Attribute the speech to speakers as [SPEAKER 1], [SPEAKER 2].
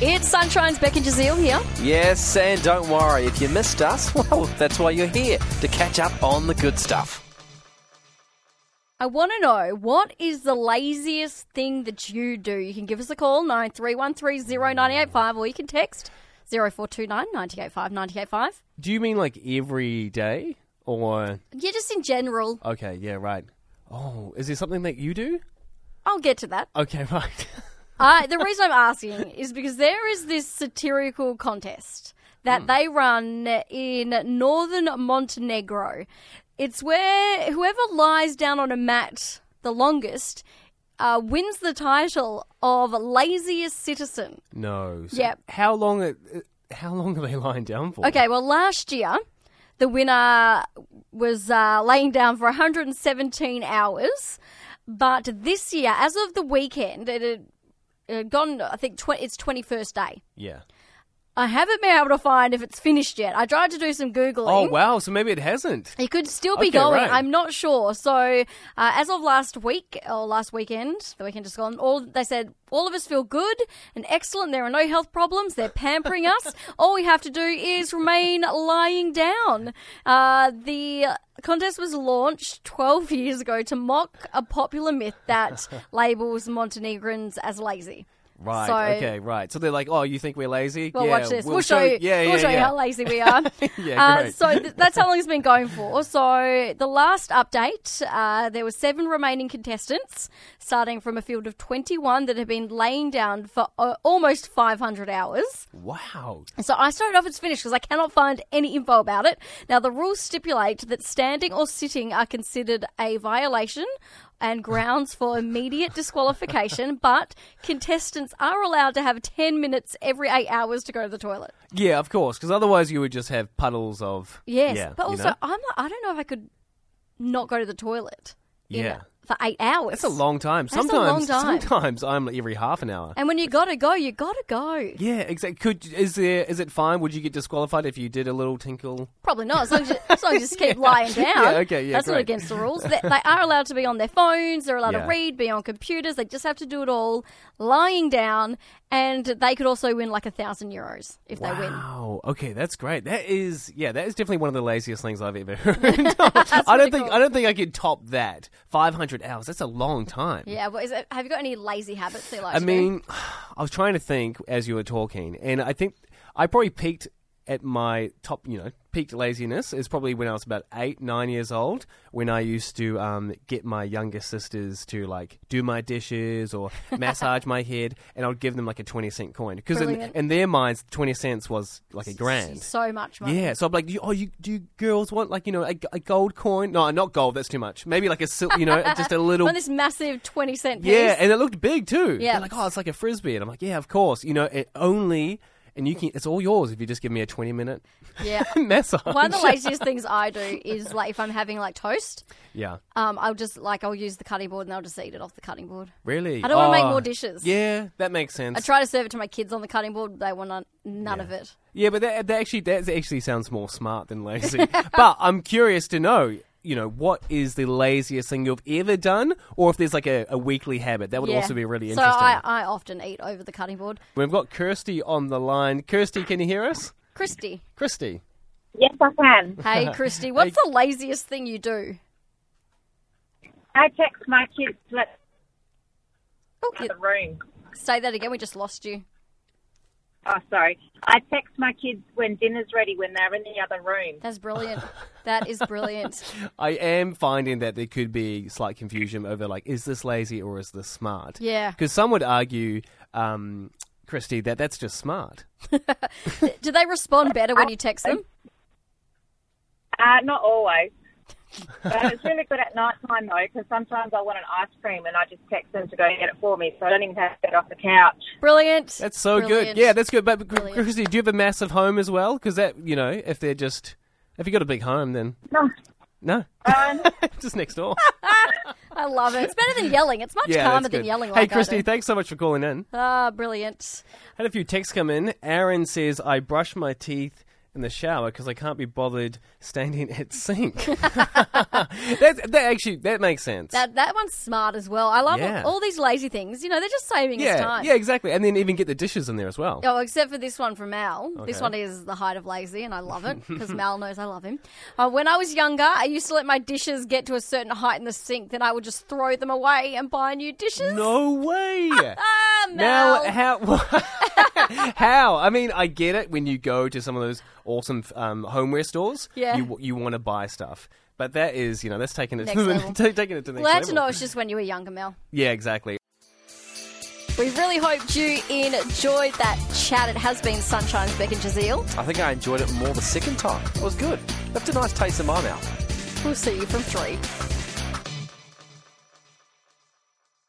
[SPEAKER 1] It's Sunshine's Becky Jazeel here.
[SPEAKER 2] Yes, and don't worry, if you missed us, well, that's why you're here, to catch up on the good stuff.
[SPEAKER 1] I want to know what is the laziest thing that you do? You can give us a call, 93130985, or you can text 0429 985 985.
[SPEAKER 2] Do you mean like every day? Or,
[SPEAKER 1] Yeah, just in general.
[SPEAKER 2] okay, yeah, right. Oh, is there something that you do?
[SPEAKER 1] I'll get to that.
[SPEAKER 2] Okay, right.
[SPEAKER 1] Uh, the reason I'm asking is because there is this satirical contest that they run in northern Montenegro. It's where whoever lies down on a mat the longest uh, wins the title of laziest citizen.
[SPEAKER 2] No. So
[SPEAKER 1] Yep.
[SPEAKER 2] How long? Are, how long are they lying down for?
[SPEAKER 1] Okay, well, last year the winner was uh, laying down for 117 hours, but this year, as of the weekend, it had, it had gone. I think tw- it's 21st day.
[SPEAKER 2] Yeah.
[SPEAKER 1] I haven't been able to find if it's finished yet. I tried to do some googling.
[SPEAKER 2] Oh wow. So maybe it hasn't.
[SPEAKER 1] It could still be
[SPEAKER 2] Okay,
[SPEAKER 1] going.
[SPEAKER 2] right.
[SPEAKER 1] I'm not sure. So, uh, as of last week or last weekend, the weekend just gone, all they said all of us feel good and excellent. There are no health problems. They're pampering us. All we have to do is remain lying down. Uh, the contest was launched 12 years ago to mock a popular myth that labels Montenegrins as lazy.
[SPEAKER 2] Right.
[SPEAKER 1] So-
[SPEAKER 2] okay. Right. So they're like, oh, you think we're lazy?
[SPEAKER 1] Well,
[SPEAKER 2] yeah,
[SPEAKER 1] watch this. We'll, show, you.
[SPEAKER 2] Yeah. Yeah.
[SPEAKER 1] we'll show
[SPEAKER 2] yeah.
[SPEAKER 1] you how lazy we are.
[SPEAKER 2] Yeah,
[SPEAKER 1] uh,
[SPEAKER 2] great.
[SPEAKER 1] so th- that's how long it's been going for. So the last update, uh, there were seven remaining contestants, starting from a field of twenty-one that had been laying down for uh, almost five hundred hours.
[SPEAKER 2] Wow.
[SPEAKER 1] So I started off as finished because I cannot find any info about it. Now, the rules stipulate that standing or sitting are considered a violation and grounds for immediate disqualification, but contestants are allowed to have 10 minutes every eight hours to go to the toilet.
[SPEAKER 2] Yeah. Of course. Because otherwise, you would just have puddles of.
[SPEAKER 1] Yes.
[SPEAKER 2] Yeah,
[SPEAKER 1] but
[SPEAKER 2] you
[SPEAKER 1] also,
[SPEAKER 2] know?
[SPEAKER 1] I'm, I don't know if I could not go to the toilet in-
[SPEAKER 2] Yeah.
[SPEAKER 1] for eight hours.
[SPEAKER 2] That's a long time.
[SPEAKER 1] a long
[SPEAKER 2] Sometimes,
[SPEAKER 1] time.
[SPEAKER 2] sometimes I'm like every half an hour.
[SPEAKER 1] And when you gotta go, you gotta go.
[SPEAKER 2] Yeah, exactly. Could is there is it fine? Would you get disqualified if you did a little tinkle?
[SPEAKER 1] Probably not, as long as you, as long as you just keep lying down.
[SPEAKER 2] Yeah, okay, yeah,
[SPEAKER 1] That's not
[SPEAKER 2] great.
[SPEAKER 1] against the rules. They, they are allowed to be on their phones, they're allowed
[SPEAKER 2] Yeah.
[SPEAKER 1] to read, be on computers, they just have to do it all lying down, and they could also win like a thousand euros if they win.
[SPEAKER 2] Wow. Okay, that's great. That is yeah, that is definitely one of the laziest things I've ever heard. I don't think
[SPEAKER 1] cool.
[SPEAKER 2] I don't think I could top that. Five hundred hours. That's a long time.
[SPEAKER 1] Yeah, well, is it, have you got any lazy habits that you like
[SPEAKER 2] I
[SPEAKER 1] to do?
[SPEAKER 2] mean, I was trying to think as you were talking, and I think I probably peaked at my top, you know, peaked laziness is probably when I was about eight, nine years old, when I used to um, get my younger sisters to like do my dishes or massage my head, and I would give them like a 20 cent coin. Because in,
[SPEAKER 1] Brilliant.
[SPEAKER 2] in their minds, 20 cents was like a grand.
[SPEAKER 1] So much money.
[SPEAKER 2] Yeah, so I'm like, you, oh, you do you girls want like you know a, a gold coin? No, not gold. That's too much. Maybe like a sil- you know just a little
[SPEAKER 1] On this massive 20 cent piece.
[SPEAKER 2] yeah, and it looked big too.
[SPEAKER 1] Yeah.
[SPEAKER 2] They're like, oh, it's like a frisbee, and I'm like, yeah, of course. You know, it only and you can. It's all yours if you just give me a 20 minute
[SPEAKER 1] yeah.
[SPEAKER 2] massage.
[SPEAKER 1] One of the laziest things I do is like if I'm having like toast,
[SPEAKER 2] yeah,
[SPEAKER 1] um, I'll just like I'll use the cutting board and I'll just eat it off the cutting board.
[SPEAKER 2] really.
[SPEAKER 1] I don't wanna make
[SPEAKER 2] Oh,
[SPEAKER 1] more dishes.
[SPEAKER 2] Yeah, that makes
[SPEAKER 1] I
[SPEAKER 2] sense.
[SPEAKER 1] try to serve it to my kids on the cutting board. They want none, none of it.
[SPEAKER 2] yeah, but that, that actually that actually sounds more smart than lazy. but I'm curious to know. You know, what is the laziest thing you've ever done? Or if there's like a, a weekly habit, that would also be really interesting.
[SPEAKER 1] So I, I often eat over the cutting board.
[SPEAKER 2] We've got Kirsty on the line. Kirsty, can you hear us?
[SPEAKER 1] Christy,
[SPEAKER 2] Kirsty.
[SPEAKER 3] Yes, I can.
[SPEAKER 1] hey Christy, what's the laziest thing you do?
[SPEAKER 3] I text my kids to let
[SPEAKER 1] Oh, you-
[SPEAKER 3] the room.
[SPEAKER 1] say that again. We just lost you.
[SPEAKER 3] Oh, sorry. I text my kids when dinner's ready when they're in the other room.
[SPEAKER 1] That's brilliant. that is brilliant.
[SPEAKER 2] I am finding that there could be slight confusion over like, is this lazy or is this smart?
[SPEAKER 1] Yeah.
[SPEAKER 2] Because some would argue, um, Christy, that that's just smart.
[SPEAKER 1] Do they respond better when you text them?
[SPEAKER 3] Uh, not always. But it's really good at night time, though, because sometimes I want an ice cream and I just text them to go get it for me, so I don't even have to get off the couch.
[SPEAKER 1] Brilliant.
[SPEAKER 2] That's so
[SPEAKER 1] Brilliant.
[SPEAKER 2] good. Yeah, that's good. But
[SPEAKER 1] Brilliant.
[SPEAKER 2] Christy, do you have a massive home as well? Because that, you know, if they're just, if you got a big home, then
[SPEAKER 3] No.
[SPEAKER 2] no,
[SPEAKER 3] Um,
[SPEAKER 2] just next door.
[SPEAKER 1] I love it. It's better than yelling. It's much
[SPEAKER 2] yeah, that's
[SPEAKER 1] calmer than
[SPEAKER 2] good.
[SPEAKER 1] yelling.
[SPEAKER 2] Hey,
[SPEAKER 1] like I
[SPEAKER 2] Christy,
[SPEAKER 1] do.
[SPEAKER 2] thanks so much for calling in.
[SPEAKER 1] Ah, brilliant.
[SPEAKER 2] Had a few texts come in. Aaron says, I brush my teeth in the shower because I can't be bothered standing at sink. that, that actually that makes sense.
[SPEAKER 1] That that one's smart as well. I love
[SPEAKER 2] Yeah.
[SPEAKER 1] all, all these lazy things. You know, they're just saving us
[SPEAKER 2] yeah,
[SPEAKER 1] time.
[SPEAKER 2] yeah, exactly. And then even get the dishes in there as well.
[SPEAKER 1] Oh, except for this one from Mal. This
[SPEAKER 2] Okay.
[SPEAKER 1] one is the height of lazy, and I love it because Mal knows I love him. Uh, when I was younger, I used to let my dishes get to a certain height in the sink, then I would just throw them away and buy new dishes.
[SPEAKER 2] No way.
[SPEAKER 1] Ah, Mal.
[SPEAKER 2] Now, how? how? I mean, I get it when you go to some of those awesome um, homeware stores.
[SPEAKER 1] Yeah.
[SPEAKER 2] You, you want to buy stuff. But that is, you know, that's taking it,
[SPEAKER 1] Next
[SPEAKER 2] to, the,
[SPEAKER 1] level.
[SPEAKER 2] ta- taking it to the next
[SPEAKER 1] Glad
[SPEAKER 2] level.
[SPEAKER 1] to know it's just when you were younger, Mel.
[SPEAKER 2] Yeah, exactly.
[SPEAKER 1] We really hoped you enjoyed that chat. It has been Sunshine's Beck and Jazeel.
[SPEAKER 4] I think I enjoyed it more the second time. It was good. Left a nice taste in my mouth.
[SPEAKER 1] We'll see you from three.